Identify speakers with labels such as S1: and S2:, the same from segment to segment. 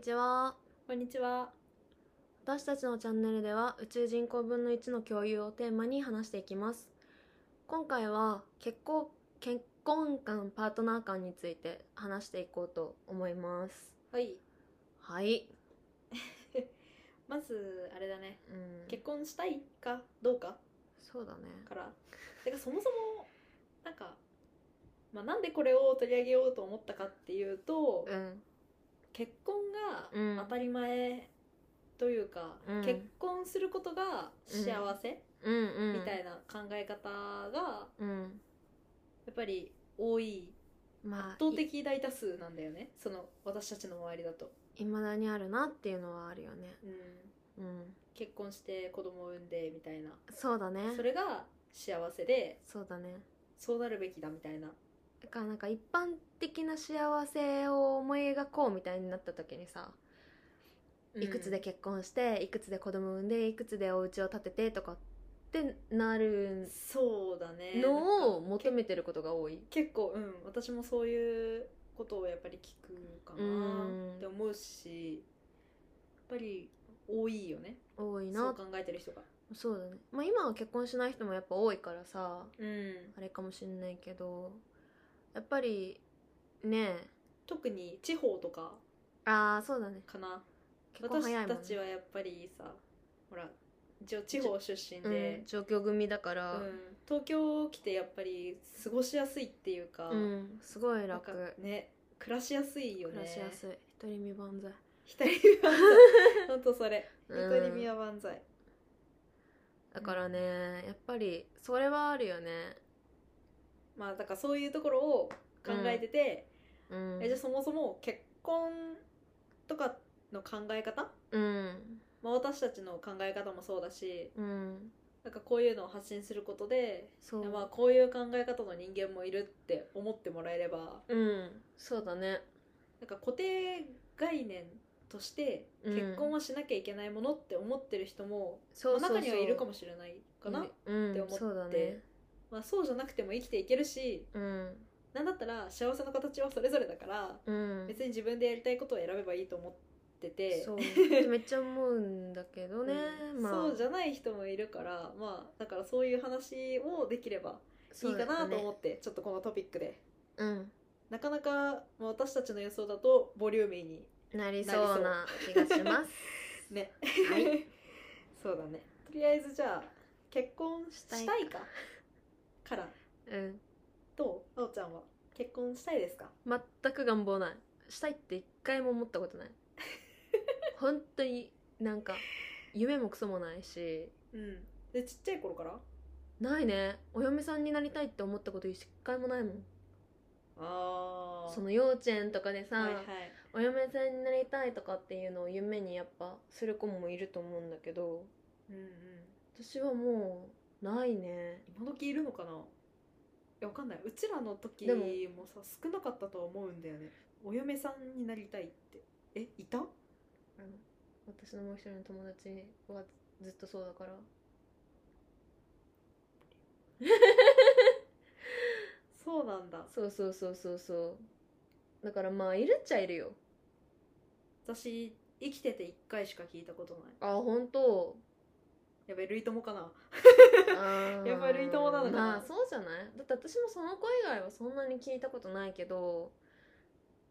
S1: ちは
S2: こんにちは。
S1: 私たちのチャンネルでは宇宙人口分の1の共有をテーマに話していきます今回は結婚結婚観パートナー観について話していこうと思います
S2: はい。
S1: はい、
S2: まずあれだね。
S1: うん、
S2: 結婚したいかどうか
S1: そうだね
S2: から。てかそもそもなんか、まあ、なんでこれを取り上げようと思ったかっていうと、
S1: うん
S2: 結婚
S1: うん
S2: が当たり前というか、
S1: うん
S2: 結婚することが幸せ、
S1: うんうん
S2: みたいな考え方が
S1: うん
S2: やっぱり多い
S1: まあ
S2: 圧倒的大多数なんだよねその私たちの周りだと、
S1: いまだにあるなっていうのはあるよね
S2: うん、
S1: うん
S2: 結婚して子供を産んでみたいな
S1: そうだね
S2: それが幸せで
S1: そうだね
S2: そうなるべきだみたいな
S1: だからなんか一般的な幸せを思い描こうみたいになった時にさ、い
S2: い
S1: くつで結婚していくつで子供産んでいくつでお家を建ててとかってなる
S2: そうだね
S1: のを
S2: なんか
S1: 求めてることが多い、
S2: 結構うん私もそういうことをやっぱり聞くか
S1: うん
S2: なって思うしやっぱり多いよね
S1: 多い
S2: そ
S1: な
S2: う考えてる人が
S1: そうだねまあ今は結婚しない人もやっぱ多いからさ
S2: うん
S1: あれかもしんないけどやっぱりねえ
S2: 特に地方とか
S1: ああそうだね
S2: かな
S1: 結婚早い
S2: 私
S1: も
S2: た
S1: ん、
S2: ち
S1: ね
S2: はやっぱりさほら一応地方出身
S1: うん
S2: で、、
S1: 状況組だか
S2: う
S1: ら
S2: ん東京来てやっぱり過ごしやすいっていうか、
S1: うん、すごい
S2: なん
S1: 楽
S2: かね暮らしやすいよね
S1: 暮らしやすい独り身万歳
S2: 一人身万歳ほんとそれ一人身は万歳
S1: だからね、やっぱりそれはあるよね。
S2: まあだからそういうところを考えてて、
S1: うん、
S2: えじゃあそもそも結婚とかの考え方、
S1: うん
S2: まあ、私たちの考え方もそうだし
S1: うん
S2: なんかこういうのを発信することで、
S1: そう、
S2: まあ、こういう考え方の人間もいるって思ってもらえれば
S1: うんそうだね
S2: なんか固定概念として結婚はしなきゃいけないものって思ってる人も、
S1: そう
S2: まあ、中にはいるか
S1: も
S2: もしれないかな、
S1: うん、
S2: って思って
S1: そうだね
S2: まあ、そうじゃなくても生きていけるし
S1: うん
S2: なんだったら幸せの形はそれぞれだから
S1: うん
S2: 別に自分でやりたいことを選べばいいと思ってて
S1: そう めっちゃ思うんだけどね、
S2: うん
S1: まあ
S2: そうじゃない人もいるからまあだからそういう話をできればい
S1: そ
S2: いう
S1: だ
S2: か
S1: ね
S2: なと思って、ちょっとこのトピックで
S1: うん
S2: なかなか、まあ、私たちの予想だとボリューミーに
S1: なりそうな気がします
S2: ね
S1: はい
S2: そうだねとりあえずじゃあ結婚したい
S1: した
S2: かから
S1: うん
S2: とあおちゃんは結婚したいですか
S1: 全く願望ないしたいって一回も思ったことない本当になんか夢もクソもないし
S2: うんでちっちゃい頃から
S1: ないねお嫁さんになりたいって思ったこと一回もないもん
S2: あ
S1: その幼稚園とかでさ、
S2: はいはい
S1: お嫁さんになりたいとかっていうのを夢にやっぱする子もいると思うんだけど
S2: うんうん
S1: 私はもうないね
S2: 今時いるのかないやわかんないうちらの時
S1: で
S2: も
S1: も
S2: さ少なかったとは思うんだよねお嫁さんになりたいってえいた
S1: あの私のもう一人の友達はずっとそうだから
S2: そうなんだ
S1: そうそうそうそうそうだからまあいるっちゃいるよ
S2: 私生きてて1回しか聞いたことない
S1: あ本 当
S2: やべ類友かな
S1: あー
S2: やっぱり類友なのかな
S1: まあそうじゃないだって私もその子以外はそんなに聞いたことないけど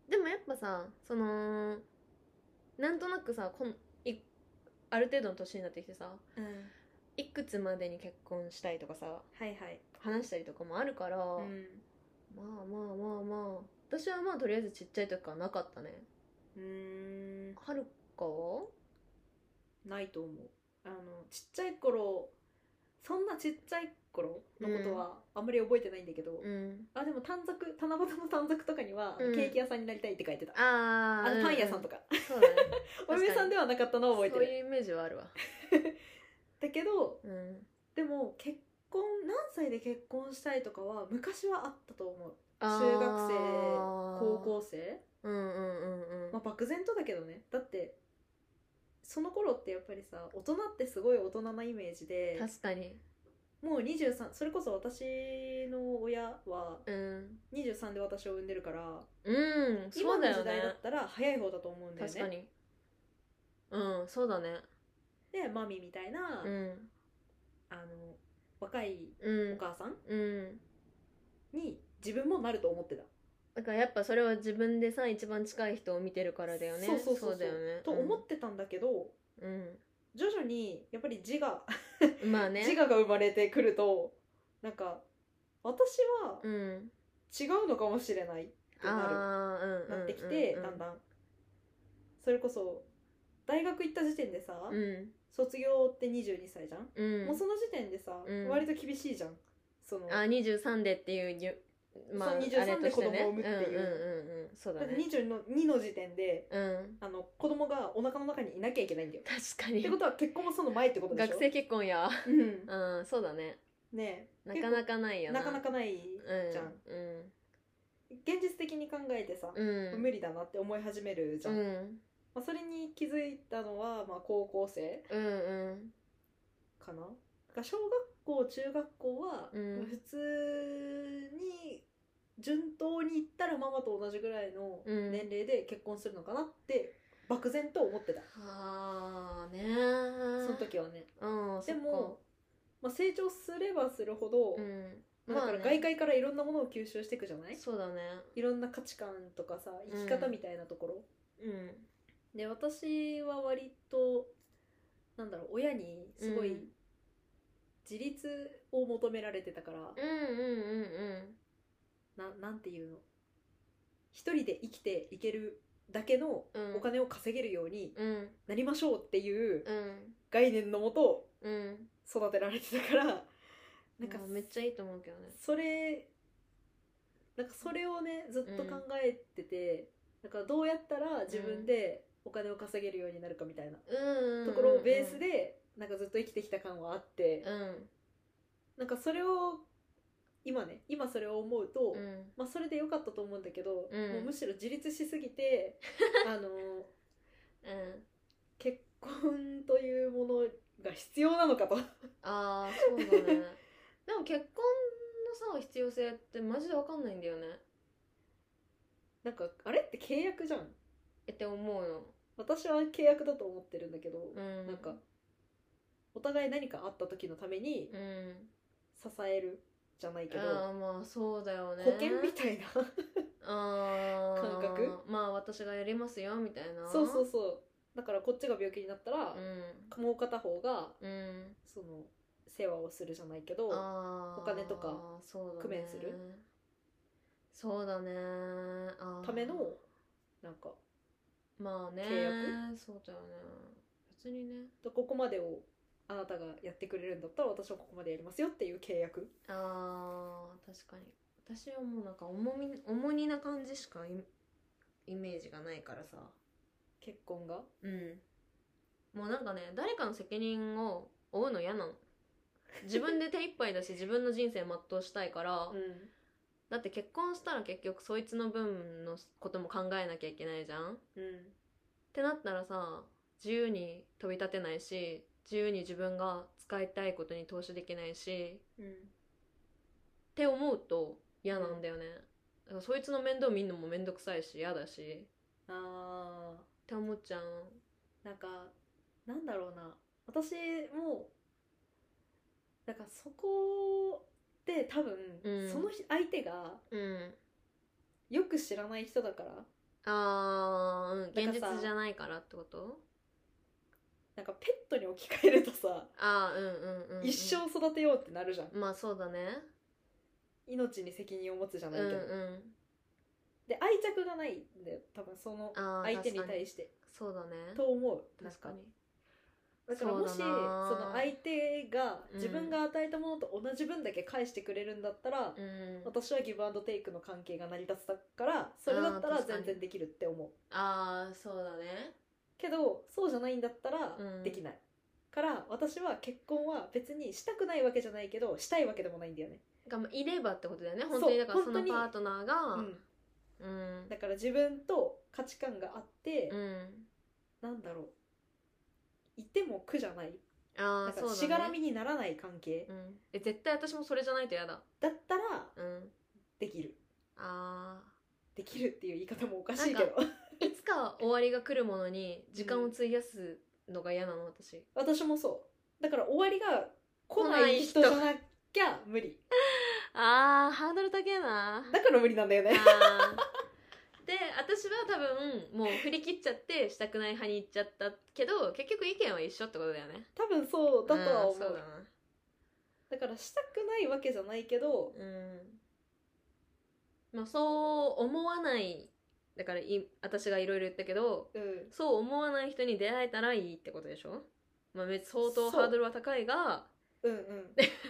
S1: でもやっぱさそのなんとなくさこんいある程度の年になってきてさ
S2: うん
S1: いくつまでに結婚したいとかさ
S2: はいはい
S1: 話したりとかもあるから、
S2: うん
S1: まあまあまあまあ私はまあとりあえずちっちゃい時からなかったね
S2: うーん
S1: はるかは
S2: ないと思うあのちっちゃい頃そんなちっちゃい頃のことはあんまり覚えてないんだけど、
S1: うん
S2: あでも短冊七夕の短冊とかには、
S1: うん
S2: ケーキ屋さんになりたいって書いてた
S1: あ
S2: あ
S1: ー
S2: のパン屋さんとか、
S1: うんそうだね
S2: お嫁さんではなかったのを覚えて
S1: そう
S2: る
S1: いうイメージはあるわ
S2: だけど
S1: うん
S2: でも結婚何歳で結婚したいとかは昔はあったと思う
S1: あー
S2: 中学生高校生、
S1: うんうんうんうん
S2: まあ、漠然とだけどねだってその頃ってやっぱりさ大人ってすごい大人なイメージで
S1: 確かに
S2: もう23それこそ私の親は
S1: うん
S2: 23で私を産んでるから
S1: うんそ
S2: 今
S1: う
S2: の
S1: だよ
S2: 時代だ
S1: ね
S2: ったら早い方だと思うんだよね
S1: 確かにうんそうだね
S2: でマミみたいな、
S1: うん
S2: あの若い
S1: うん
S2: お母さん
S1: うん
S2: に自分もなると思ってた。
S1: だからやっぱそれは自分でさ一番近い人を見てるからだよね
S2: そうそうそうそう
S1: だよね
S2: と思ってたんだけど、
S1: うん、
S2: 徐々にやっぱり自我、
S1: うんまあね
S2: 自我が生まれてくるとなんか私は
S1: うん
S2: 違うのかもしれないってなる、
S1: ああうん
S2: なってきて、
S1: うんうん
S2: だんだんそれこそ大学行った時点でさ、
S1: うん
S2: 卒業って22歳じゃん、
S1: うん
S2: もうその時点でさ、
S1: うん
S2: 割と厳しいじゃんその
S1: あ23でっていうゆまあ
S2: そう
S1: あれ
S2: 23
S1: と
S2: で
S1: してね
S2: 子供を産むっていう
S1: うんうんうんうんそうだ
S2: だって
S1: ね
S2: 22の2の時点で
S1: うん
S2: あの子供がお腹の中にいなきゃいけないんだよ
S1: 確か
S2: って
S1: に
S2: ことは結婚もその前ってことでしょ
S1: 学生結婚や
S2: うん
S1: うんそうだね
S2: ね
S1: なかなかない
S2: え
S1: よ
S2: なかなかない
S1: うん
S2: じゃん、
S1: うん
S2: 現実的に考えてさ、
S1: うん
S2: 無理だなって思い始めるじゃ、
S1: うん
S2: ま
S1: ん
S2: あ、それに気づいたのは、まあ、高校生
S1: うんうん
S2: かなだから小学校中学校は、
S1: うん
S2: まあ普通に順当にいったらママと同じぐらいの
S1: うん
S2: 年齢で結婚するのかなって漠然と思ってた、
S1: はあね
S2: その時はね
S1: うん
S2: で
S1: そ
S2: も、まあ、成長すればするほど
S1: っか、うん
S2: まあだから
S1: まあね
S2: 外界からいろんなものを吸収していくじゃない、
S1: そうだね
S2: いろんな価値観とかさ生き方みたいなところ、
S1: うん
S2: で私は割となんだろう親にすご
S1: う
S2: い
S1: ん
S2: 自立を求められてたから、
S1: うんうんうん
S2: ななんていうの一人で生きていけるだけの
S1: うん
S2: お金を稼げるように
S1: うんうん
S2: なりましょうっていう
S1: うん
S2: 概念のもと
S1: うん
S2: 育てられてたからなんか
S1: まあめっちゃいいと思うけどね
S2: それなんかそれをねずっと考えてて、なんかどうやったら自分でお金を稼げるようになるかみたいな
S1: うん
S2: ところをベースでなんかずっと生きてきた感はあって
S1: うん
S2: なんかそれを今ね今それを思うと、
S1: うん
S2: まあ、それで良かったと思うんだけど、
S1: うん
S2: もうむしろ自立しすぎ てあの
S1: うん
S2: 結婚というものが必要なのかと
S1: ああそうだね でも結婚のさ必要性ってマジで分かんないんだよね
S2: なんかあれって契約じゃん
S1: えって思うの
S2: 私は契約だと思ってるんだけど、
S1: うん
S2: なんかお互い何かあった時のために
S1: うん
S2: 支えるじゃないけど、
S1: ああまあそうだよね
S2: 保険みたいな
S1: あー
S2: 感覚
S1: まあ私がやりますよみたいな
S2: そうそうそうだからこっちが病気になったら、
S1: う
S2: もう片方が
S1: んうん
S2: その世話をするじゃないけど
S1: あー
S2: お金とか
S1: そうだね
S2: 工面する
S1: そうだねあー
S2: ためのなんか
S1: まあね
S2: 契
S1: そうだよね別にね
S2: ここまでをあなたがやってくれるんだったら私はここまでやりますよっていう契約
S1: あー確かに私はもうなんか重み重荷な感じしかイイメージがないからさ
S2: 結婚が
S1: うんもうなんかね誰かの責任を負うの嫌なの自分で手一杯だ し自分の人生全うしたいから、
S2: うん
S1: だって結婚したら結局そいつの分のことも考えなきゃいけないじゃんっ
S2: うん
S1: てなったらさ自由に飛び立てないし自由に自分が使いたいことに投資できないし
S2: うん
S1: って思うと嫌なんだよね、だからそいつの面倒見るのも面倒くさいし嫌だし
S2: あ
S1: って思っちゃう
S2: ーなんかなんだろうな私もなんかそこで多分、
S1: うん
S2: その日相手が
S1: うん
S2: よく知らない人だから
S1: あー、うん、
S2: な
S1: 現
S2: んかさ
S1: 実じゃないからってこと
S2: なんかペットに置き換えるとさ、
S1: あーうんうんうん、うん、
S2: 一生育てようってなるじゃん
S1: まあそうだね
S2: 命に責任を持つじゃ
S1: う
S2: なんいけど、
S1: うん
S2: で愛着がないんだよ多分その
S1: あー
S2: 相手に
S1: 確かに
S2: 対して
S1: そうだね
S2: と思うなん
S1: 確かに
S2: だからもし
S1: そ
S2: そう
S1: だな
S2: の相手が
S1: うん
S2: 自分が与えたものと同じ分だけ返してくれるんだったら、
S1: うん
S2: 私はギブアンドテイクの関係が成り立つだからそれだった
S1: あー
S2: ら
S1: 確かに
S2: 全然できるって思う
S1: ああそうだね
S2: けどそうじゃないんだったら
S1: うん
S2: できない、から私は結婚は別にしたくないわけじゃないけどしたいわけでもないんだよね、
S1: がまあいればってことだよね
S2: そう
S1: 本当にだからそ
S2: 本
S1: の
S2: 当に
S1: パートナーが
S2: うん
S1: うん
S2: だから自分と価値観があって、
S1: うん
S2: なんだろういても苦じゃない
S1: あ
S2: な
S1: あ
S2: ん
S1: そうだ
S2: か
S1: ね
S2: しがらみにならない関係
S1: うんえ絶対私もそれじゃないと嫌だ
S2: だったら
S1: うん
S2: できる
S1: ああ
S2: できるっていう言い方もおかしいけど
S1: いつか終わりが来るものに時間を費やすのが嫌なの私
S2: 私もそうだから終わりが来ない人じゃなきゃ無理
S1: あーハードル高えな
S2: だから無理なんだ よね
S1: あーで私は多分もう振り切っちゃってしたくない派に行っちゃったけど結局意見は一緒ってことだよね
S2: 多分そうだとは思う
S1: あーそうだ
S2: だからしたくないわけじゃないけど
S1: なうんまあそう思わないだからい私がいろいろ言ったけど
S2: うん
S1: そう思わない人に出会えたらいいってことでしょまあ別相
S2: そ
S1: 当
S2: う
S1: ハードルは高いが
S2: う んう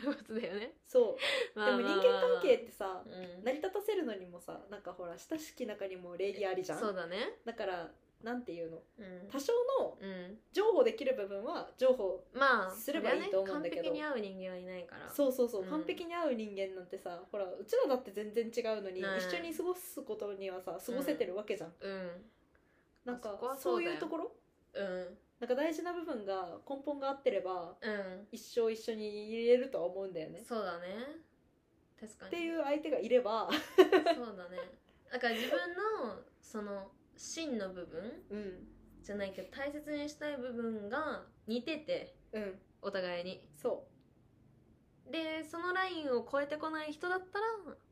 S2: ん
S1: ことだよね、
S2: そう
S1: ま
S2: で
S1: あ
S2: も
S1: まあ
S2: 人
S1: まあ
S2: 間関係ってさ
S1: うん
S2: 成り立たせるのにもさなんかほら親しき中にも礼儀ありじゃん
S1: そうだね
S2: だからなんていうの
S1: うん
S2: 多少の
S1: うん
S2: 譲歩できる部分は譲歩
S1: まあ
S2: すればいいと思うんだけど
S1: それはね完璧に合う人間はいないから
S2: そうそうそう、
S1: うん
S2: 完璧に合う人間なんてさほらうちらだって全然違うのに、
S1: ね
S2: 一緒に過ごすことにはさ過ごせてるわけじゃん、
S1: うん
S2: なんか
S1: そこは
S2: そ
S1: そううだよ
S2: いうところ
S1: うん
S2: なんか大事な部分が根本が合ってれば
S1: う
S2: 一生一緒にいれるとは思うんだよね
S1: んそうだね確かに
S2: っていう相手がいれば、
S1: そうだねだから自分のその真の部分
S2: うん
S1: じゃないけど大切にしたい部分が似てて
S2: うん
S1: お互いに
S2: そう
S1: でそのラインを超えてこない人だったら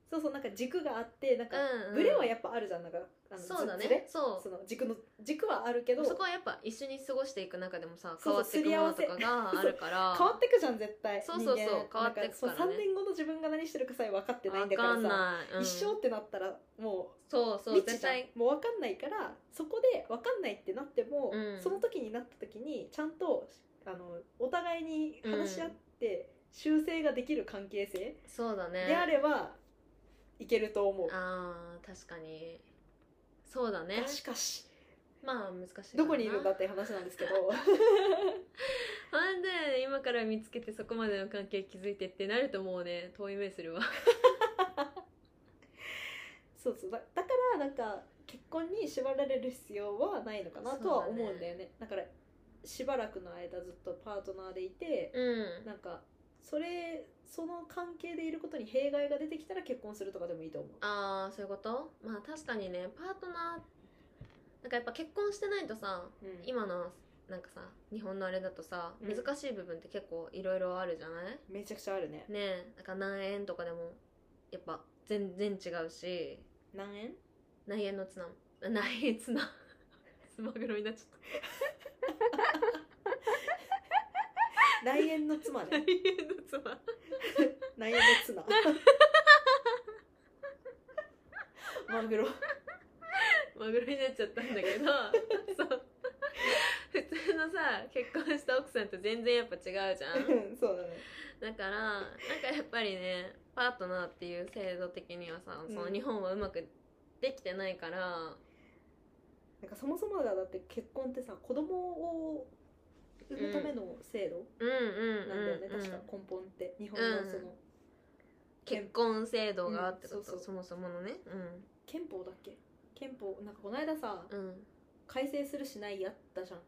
S2: そうそうなんか軸があってなんか
S1: うんうん
S2: ブレはやっぱあるじゃんなんかあの
S1: そうだ
S2: ずずれ
S1: ねそう
S2: その軸の軸はあるけど
S1: そこはやっぱ一緒に過ごしていく中でもさ
S2: そう
S1: 変
S2: そ
S1: わ
S2: う
S1: っていくものとかがある から
S2: 変わってくじゃん絶対
S1: そうそうそう
S2: 人
S1: 変
S2: 間
S1: わってくからね
S2: なんそう3年後の自分が何してるかさえ分かってないん
S1: 分
S2: だか
S1: からん
S2: さ
S1: ない、うん
S2: 一生ってなったらも
S1: そう
S2: う
S1: そう
S2: 未知
S1: 絶
S2: じゃん
S1: 対
S2: もう分かんないからそこで分かんないってなっても、
S1: うん
S2: その時になった時にちゃんとあのお互いに話し合って、修正ができる関係性
S1: そうだね
S2: であればいけると思う、
S1: あー確かにそうだね
S2: がしかし
S1: まあ難しいかな
S2: どこにいるんだって話なんですけど
S1: なんで今から見つけてそこまでの関係築いてってなるともうね遠い目する わ
S2: そうそうだだからなんか結婚に縛られる必要はないのかなとは思うんだよねだからしばらくの間ずっとパートナーでいて、
S1: うん
S2: なんかそれその関係でいることに弊害が出てきたら結婚するとかでもいいと思う
S1: ああそういうことまあ確かにねパートナーなんかやっぱ結婚してないとさ
S2: うん
S1: 今のなんかさ日本のあれだとさ
S2: うん
S1: 難しい部分って結構いろいろあるじゃない
S2: めちゃくちゃあるね
S1: ねえなんか何円とかでもやっぱ全然違うし
S2: 何円
S1: 内縁のツナ内縁 ツナスマグロになっちゃった
S2: 内縁の妻 ね
S1: 内縁のツナ
S2: 内縁の妻マグロ
S1: マグロになっちゃったんだ けどそう普通のさ結婚した奥さんと全然やっぱ違うじゃん
S2: うんそうだね
S1: だからなんかやっぱりねパートナーっていう制度的にはさその
S2: うん
S1: 日本はうまくできてないから、
S2: なんかそもそもがだって結婚ってさ子供を産むための制度、
S1: うん、うん
S2: なんだよね、
S1: うんうん
S2: 確か根本って日本のその、
S1: うん結婚制度があってこと、
S2: うんそうそう
S1: そもそものね
S2: 憲法だっけ憲法なんかこの間さ
S1: うん、うん、
S2: 改正するしないやったじゃん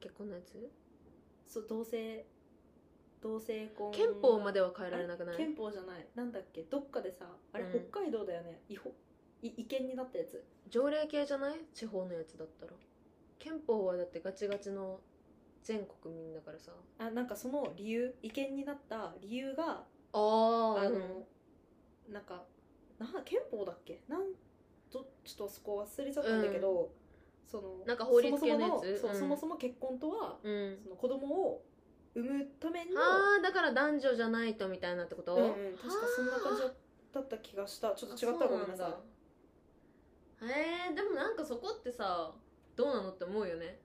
S1: 結婚のやつ
S2: そう同性同性婚
S1: 憲法まで
S2: は
S1: は変えられなくない
S2: 憲法じゃないなんだっけどっかでさあれ、
S1: うん
S2: 北海道だよね違法い違憲になったやつ
S1: 条例系じゃない地方のやつだったら憲法はだってガチガチの全国民だからさ
S2: あなんかその理由違憲になった理由が
S1: ああ
S2: あ
S1: の、
S2: の、なんかな憲法だっけなんとちょっとそこ忘れちゃったんだけど、その
S1: なんか法律系のやつ
S2: そもそものそう
S1: うん
S2: そもそも結婚とは、
S1: うん
S2: その子供を産むための、
S1: ああだから男女じゃないとみたいなってこと、
S2: うんうん確かそんな感じだった気がしたちょっと違ったらごめんなさい
S1: あそうなんだえー、でもなんかそこってさどうなのって思うよね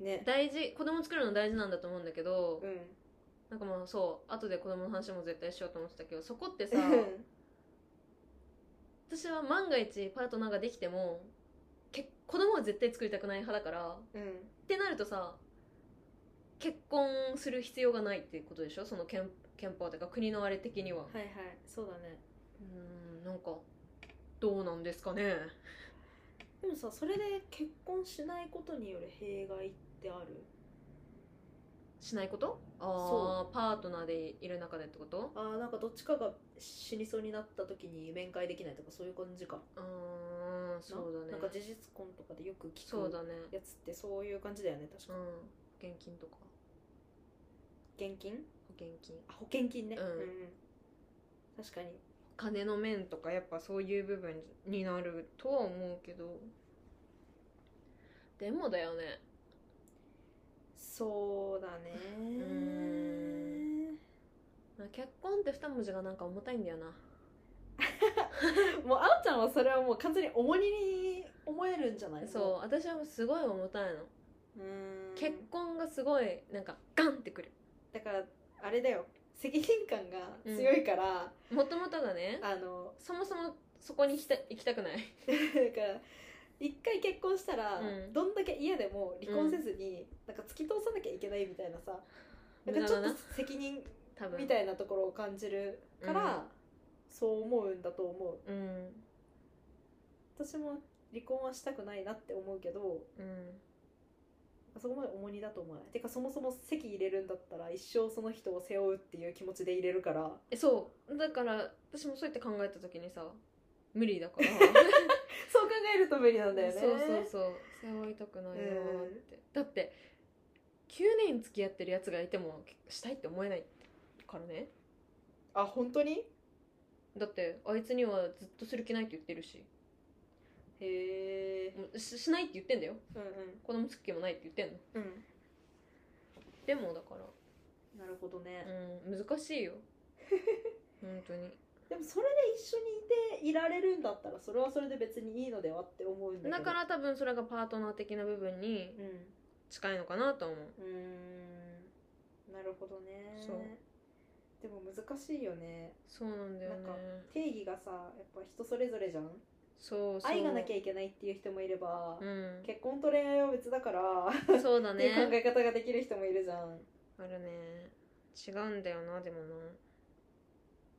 S2: ね
S1: 大事子供作るの大事なんだと思うんだけど、
S2: うん
S1: なんかまあそう後で子供の話も絶対しようと思ってたけどそこってさ私は万が一パートナーができてもけ子供は絶対作りたくない派だからっ
S2: うん
S1: てなるとさ結婚する必要がないっていうことでしょその憲憲法というか国のあれ的には、
S2: はいはいそうだね
S1: うーんなんかどうなんですかね
S2: でもさそれで結婚しないことによる弊害ってある
S1: しないことあ
S2: そ
S1: あパートナーでいる中でってこと
S2: あーなんかどっちかが死にそうになった時に面会できないとかそういう感じか
S1: うーんんそうだね
S2: なんか事実婚とかでよく聞
S1: そう
S2: く
S1: だね
S2: やつってそういう感じだよね確
S1: う
S2: か、
S1: ん現金とか
S2: 現金
S1: 保険金
S2: あ保険金ね、
S1: うん
S2: 確かに
S1: 金の面とかやっぱそういう部分になるとは思うけどでもだよね
S2: そうだね
S1: ん結婚って二文字がなんか重たいんだよな
S2: もうあおちゃんはそれはもう完全に重荷に思えるんじゃない
S1: そう私はすごい重たいの
S2: ううん
S1: 結婚がすごいなんかガンってくる
S2: だからあれだよ責任感が強いから、
S1: もともとがね
S2: あの
S1: そもそもそこに行きた行きたくない
S2: だから一回結婚したら、
S1: うん
S2: どんだけ嫌でも離婚せずに、なんか突き通さなきゃいけないみたいなさ
S1: 無
S2: なん
S1: 駄
S2: かち
S1: だ
S2: ょっ
S1: な
S2: と責任
S1: 多分
S2: みたいなところを感じるから、
S1: うん
S2: そう思うんだと思う
S1: うん
S2: 私も離婚はしたくないなって思うけど
S1: うん
S2: そこまで重荷だと思わないてかそもそも籍入れるんだったら一生その人を背負うっていう気持ちで入れるから
S1: えそうだから私もそうやって考えた時にさ無理だから
S2: そう考えると無理なんだよね
S1: そうそうそう背負いたくないなーって、だって9年付き合ってるやつがいてもしたいって思えないからね
S2: あ本当に
S1: だってあいつにはずっとする気ないって言ってるし
S2: へえ
S1: もうししないって言ってんだよ
S2: うん
S1: 子供付きもないって言ってんの
S2: うんうん
S1: でもだから
S2: なるほどね、
S1: うん難しい よ本当に
S2: でもそれで一緒にいていられるんだったらそれはそれで別にいいのではって思うんだけど
S1: だから多分それがパートナー的な部分に
S2: うん
S1: 近いのかなと思う
S2: うーんなるほどね
S1: そう
S2: でも難しいよね
S1: そうなんだよね
S2: なんか定義がさやっぱ人それぞれじゃん
S1: そうそう
S2: 愛がなきゃいけないっていう人もいれば、
S1: うん
S2: 結婚と恋愛は別だから、
S1: そうだ
S2: っていう考
S1: ね
S2: え方ができる人もいるじゃん
S1: あるね違うんだよなでもな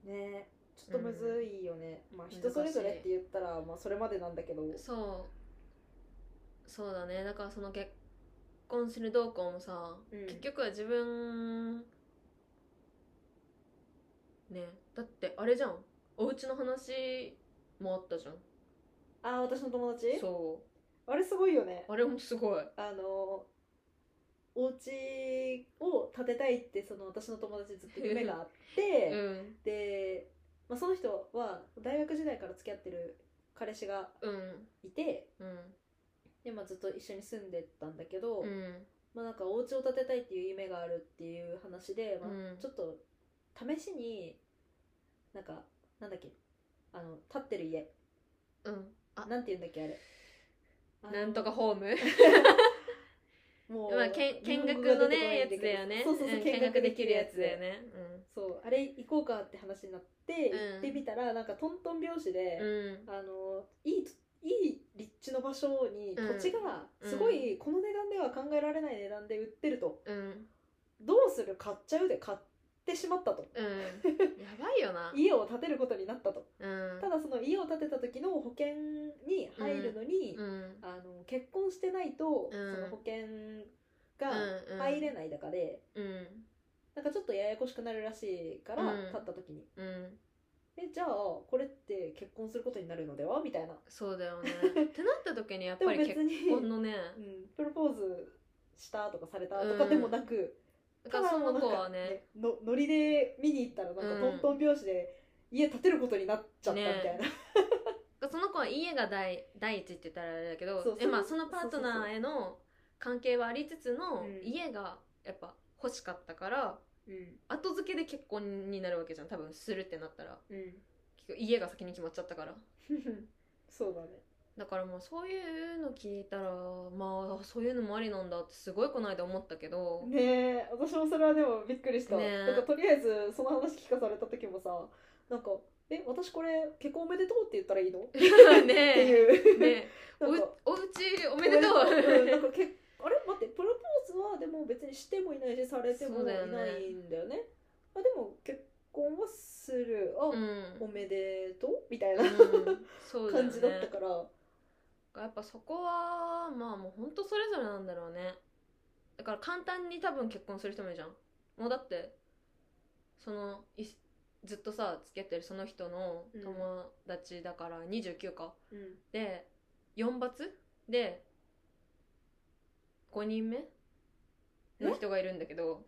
S2: ねちょっとむずいよね、まあ人それぞれって言ったらまあそれまでなんだけど
S1: そうそうだねだからその結婚するどうこうもさ、
S2: うん
S1: 結局は自分ねだってあれじゃんお家の話もあったじゃん
S2: あー私の友達
S1: そ
S2: あれすごいよね
S1: うあれもすごい
S2: あのお家を建てたいってその私の友達ずっと夢があっ
S1: う
S2: て、
S1: ん
S2: で、まあ、その人は大学時代から付き合ってる彼氏が
S1: うん
S2: いて
S1: うん
S2: で、まあ、ずっと一緒に住んでたんだけど、
S1: うん
S2: まあ、なんかお家を建てたいっていう夢があるっていう話で、ま
S1: うん
S2: あ、ちょっと試しになんかなんだっけあの立ってる家
S1: うんあ
S2: なんて言うんだっけあれあの
S1: なんとかホーム
S2: も
S1: まあけん
S2: 日
S1: 見
S2: 本
S1: 学
S2: 語が
S1: の
S2: 出てこな
S1: ね
S2: い
S1: や
S2: んけ
S1: つ
S2: ど
S1: だよね
S2: そうそうそう、
S1: ん
S2: 見
S1: 見
S2: 学
S1: 学
S2: で
S1: で
S2: き
S1: き
S2: る
S1: る
S2: や
S1: や
S2: つ
S1: つ
S2: だ
S1: だ
S2: よ
S1: よ
S2: ね
S1: ね
S2: そうあれ行こうかって話になって
S1: うん
S2: 行ってみたら、なんかトントン拍子で、
S1: うんうん
S2: あのいいいい立地の場所に
S1: うん
S2: 土地がすごいこの値段では考えられない値段で売ってると、
S1: うん
S2: どうする買っちゃうで買ってしまったと
S1: うんやばいよな
S2: 家を建てることになったと
S1: うん
S2: ただその家を建てた時の保険に入るのに、
S1: うん
S2: あの結婚してない
S1: う
S2: と、
S1: ん
S2: その保険が
S1: うんうん
S2: 入れないだかで、
S1: うん
S2: なんかちょっとややこしくなるらしいから、
S1: うん
S2: 立った時に
S1: うん
S2: えじゃあこれって結婚することになるのではみたいな
S1: そうだ よねってなった時にやっ
S2: でも
S1: ぱり
S2: 別
S1: 結
S2: に、 う
S1: 婚
S2: ん、
S1: のね
S2: プロポーズしたとかされたとかでもなく、
S1: だから
S2: ただ
S1: そ
S2: もう
S1: の
S2: なん
S1: 子
S2: か
S1: はね
S2: のノリで見に行ったらなんかトントン拍子で家建てることになっちゃったみたいな、
S1: その子は家が第第一って言ったらあれだけ
S2: そう
S1: ど
S2: そう
S1: えまあそのパートナーへの関係はありつつの
S2: うん
S1: 家がやっぱ欲しかったから
S2: うん
S1: 後付けで結婚になるわけじゃん多分するってなったら
S2: うん
S1: 結局家が先に決まっちゃったから
S2: そうだね
S1: だからもうそういうの聞いたらまあそういうのもありなんだってすごいこの間思ったけど
S2: ねえ私もそれはでもびっくりした、
S1: ねえ
S2: なんかとりあえずその話聞かされた時もさなんか「え私これ結婚おめでとうって言ったらいいの?」っ
S1: ね
S2: て
S1: え
S2: いう、
S1: ねえお
S2: な
S1: う
S2: んか
S1: おうちおめでとう
S2: うんなんかけあれ待ってプロポーズはでも別にしてもいないしされても
S1: そう
S2: い
S1: だよね
S2: ないんだよねあでも結婚はするあ、
S1: うん
S2: おめでとうみたい な、
S1: うんそうだよ
S2: 感
S1: ね
S2: じだったから、
S1: やっぱそこはまあもうほんとそれぞれなんだろうねだから簡単に多分結婚する人もいるじゃんもうだってそのいずっとさ付き合ってるその人の友達だから29か、
S2: うん
S1: で4抜で5人目の人がいるんだけど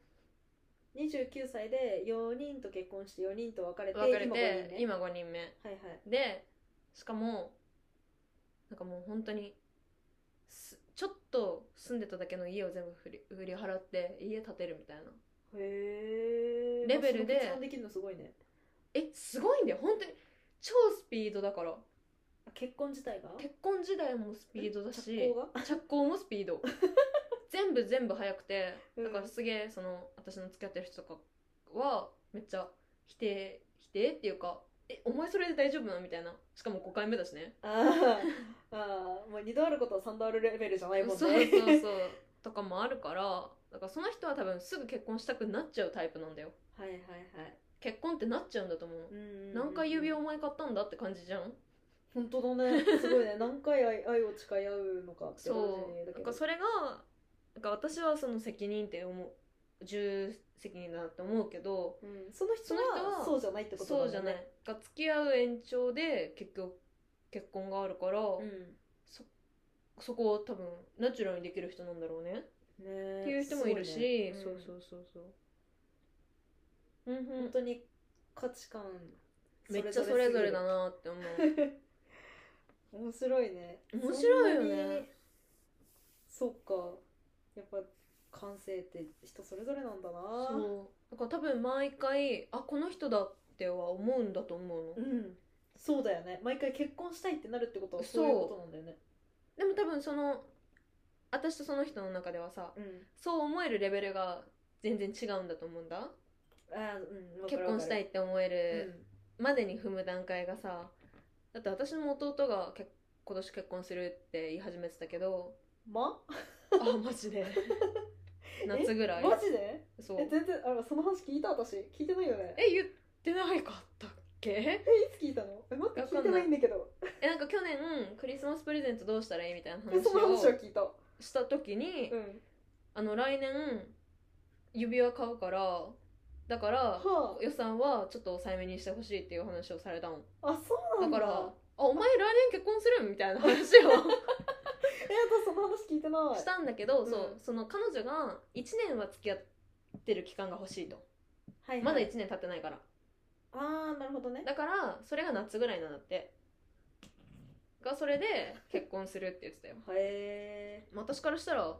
S2: 29歳で4人と結婚して4人と別れて
S1: 別れ
S2: 今5人
S1: て
S2: ね
S1: 今5人目
S2: はいはい
S1: でしかもなんかもう本当にすちょっと住んでただけの家を全部振り振り払って家建てるみたいな
S2: へえ
S1: レベルで
S2: できるのすごいね
S1: えすごいんだよ本当に超スピードだから
S2: あ結婚自体が
S1: 結婚時代もスピードだし
S2: 着工が
S1: 着工もスピー ド全部全部速くて
S2: うん
S1: だからすげえその私の付き合ってる人とかはめっちゃ否定否定っていうか「えお前それで大丈夫なの?」みたいなしかも5回目だしね
S2: あーあーもう二度あることは三度あるレベルじゃないも
S1: そ
S2: ん
S1: う
S2: ね
S1: そう そうとかもあるからだからその人は多分すぐ結婚したくなっちゃうタイプなんだよ
S2: はいはいはい
S1: 結婚ってなっちゃうんだと思うの
S2: うんうんうん
S1: 何回指お前買ったんだって感じじゃん
S2: 本当だねすごいね何回愛愛を誓い合うのかって感
S1: そう
S2: じだ
S1: な
S2: け
S1: ん
S2: ど
S1: かそれがなんか私はその責任って思う重責任だなって思うけど
S2: うんその人
S1: その人
S2: は
S1: は
S2: そうじゃないってこと
S1: そうじゃ
S2: だ
S1: ない
S2: ね
S1: が付き合う延長で結局結婚があるから、そこを多分ナチュラルにできる人なんだろうね、
S2: うんね
S1: っていう人もいるし
S2: すごね
S1: そうそうそうそううんうん
S2: 本当に価値観
S1: めっちゃそれぞれだ
S2: な
S1: なって思う
S2: 面白いね
S1: 面白いよね
S2: そんなにそっかやっぱ感性って人それぞれなんだな
S1: そうだから多分毎回あこの人だっては思うんだと思うの、
S2: うんそうだよね毎回結婚したいってなるってことは
S1: そう
S2: そういうことなんだよね
S1: でも多分その私とその人の中ではさ
S2: うん
S1: そう思えるレベルが全然違うんだと思うんだ
S2: あーうんわか
S1: 結
S2: るわかる
S1: 婚したいって思え
S2: う
S1: る
S2: ん
S1: までに踏む段階がさだって私の弟が結今年結婚するって言い始めてたけ ど
S2: ま
S1: あマジ で夏ぐらい
S2: マジで
S1: そう
S2: え全然あその話聞いた私聞いてないよね
S1: え言ってないかったっけ
S2: えいつ聞いたのえ待って
S1: わかん
S2: 聞いてないんだけど
S1: えなんか去年クリスマスプレゼントどうしたらいいみたいな
S2: え
S1: 話
S2: その話は
S1: を
S2: 聞いた
S1: した時に、
S2: うん
S1: あの来年指輪買うからだから
S2: は
S1: 予算はちょっと抑えめにしてほしいっていう話をされたの
S2: ああそうな
S1: だ
S2: んだ
S1: から「あお前来年結婚する?」みたいな話
S2: え私その話聞いてな
S1: を
S2: い
S1: したんだけど、
S2: うん
S1: そうその彼女が1年は付き合ってる期間が欲しいと、
S2: はいはい
S1: まだ1年経ってないから
S2: ああなるほどね
S1: だからそれが夏ぐらいなんだってがそれで結婚するって言ってたよ
S2: へえ
S1: まあ私からしたら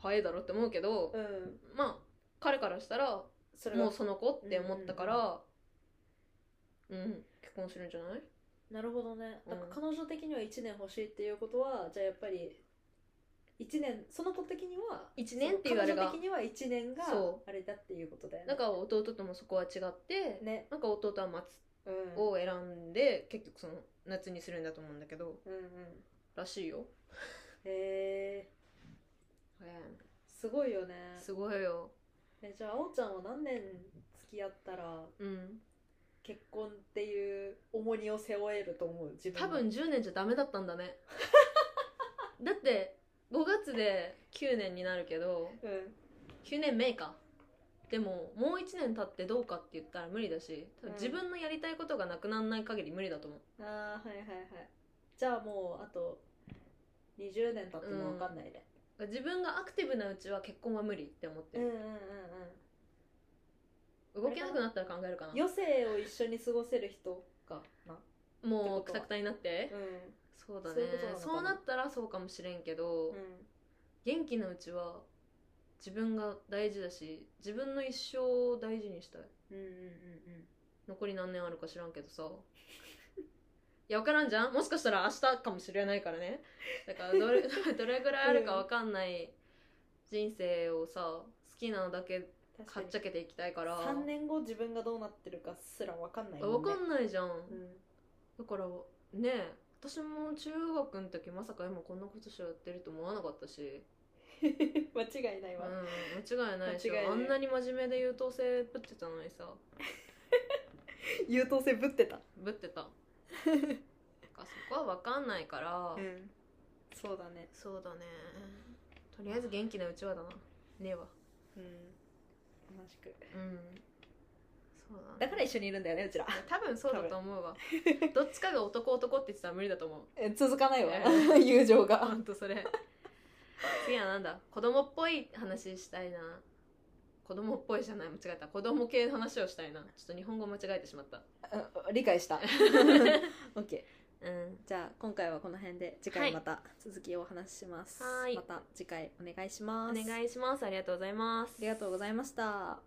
S1: 早いだろって思うけど、
S2: うん
S1: まあ彼からしたら
S2: それ
S1: も
S2: は
S1: うその子って思ったからうん、結婚するんじゃない
S2: なるほどねだから
S1: うん
S2: 彼女的には1年欲しいっていうことはじゃあやっぱり1年その子的には
S1: 1年っていうあれ
S2: 彼
S1: が
S2: 女的には1年が
S1: そう
S2: あれだっていうことだよね
S1: なんか弟ともそこは違って、
S2: ね
S1: なんか弟は松
S2: うんうん
S1: を選んで結局その夏にするんだと思うんだけど
S2: うん
S1: らしいよ、
S2: へえすごいよね
S1: すごいよ
S2: えじゃああおちゃんは何年付き合ったら
S1: うん
S2: 結婚っていう重荷を背負えると思う自分
S1: 多分10年じゃダメだったんだ ねだって5月で9年になるけど
S2: うん
S1: 9年目かでももう1年経ってどうかって言ったら無理だし多分自分のやりたいことがなくならない限り無理だと思う
S2: ああはいはいはいじゃあもうあと20年経っても分かんないね
S1: 自分がアクティブなうちは結婚は無理って思って
S2: うん
S1: る、
S2: うんうんうん
S1: 動けなくなったら考えるかな
S2: 余生を一緒に過ごせる人かな
S1: もうくたくたになって
S2: う
S1: そうだね
S2: そういうことなのかな
S1: そうなったらそうかもしれんけど、
S2: ん
S1: 元気なうちは自分が大事だし自分の一生を大事にしたい
S2: うんうんうん
S1: 残り何年あるか知らんけどさ いや分からんじゃんもしかしたら明日かもしれないからねだから どれ どれぐらいあるか分かんない人生をさ好きなのだけ
S2: 確
S1: か
S2: か
S1: っ
S2: に
S1: ちゃけていきたいから
S2: 3年後自分がどうなってるかすら分かんないも
S1: 分
S2: んね
S1: かんないじゃん、
S2: うん
S1: だからねえ私も中学の時まさか今こんなことしやってると思わなかったし、
S2: 間違いな
S1: う
S2: いわ、
S1: ん、間違いないでしょ
S2: 間違いない
S1: あんなに真面目で優等生ぶってたのにさ
S2: 優等生ぶってた
S1: ぶって ただからそこは分かんないから、
S2: うんそうだね
S1: そうだねとりあえず元気なうちはだなねえわ
S2: うん同じく
S1: うんそそうだね
S2: だから一緒にいるんだよねうちら
S1: いや多分そうだと思うわどっちかが男男って言ってたら無理だと思う
S2: え続かないわ
S1: う
S2: 友情
S1: あ
S2: が
S1: ほんとそれ次はなんだ子供っぽい話したいな子供っぽいじゃない間違えた子供系の話をしたいなちょっと日本語間違えてしまった
S2: あ理解した OK
S1: うん
S2: じゃあ今回はこの辺で次
S1: は
S2: 回
S1: い
S2: また続きをお話しします、
S1: はい
S2: また次回お願いし
S1: お
S2: ます
S1: 願いしますありがとうございます
S2: ありがとうございました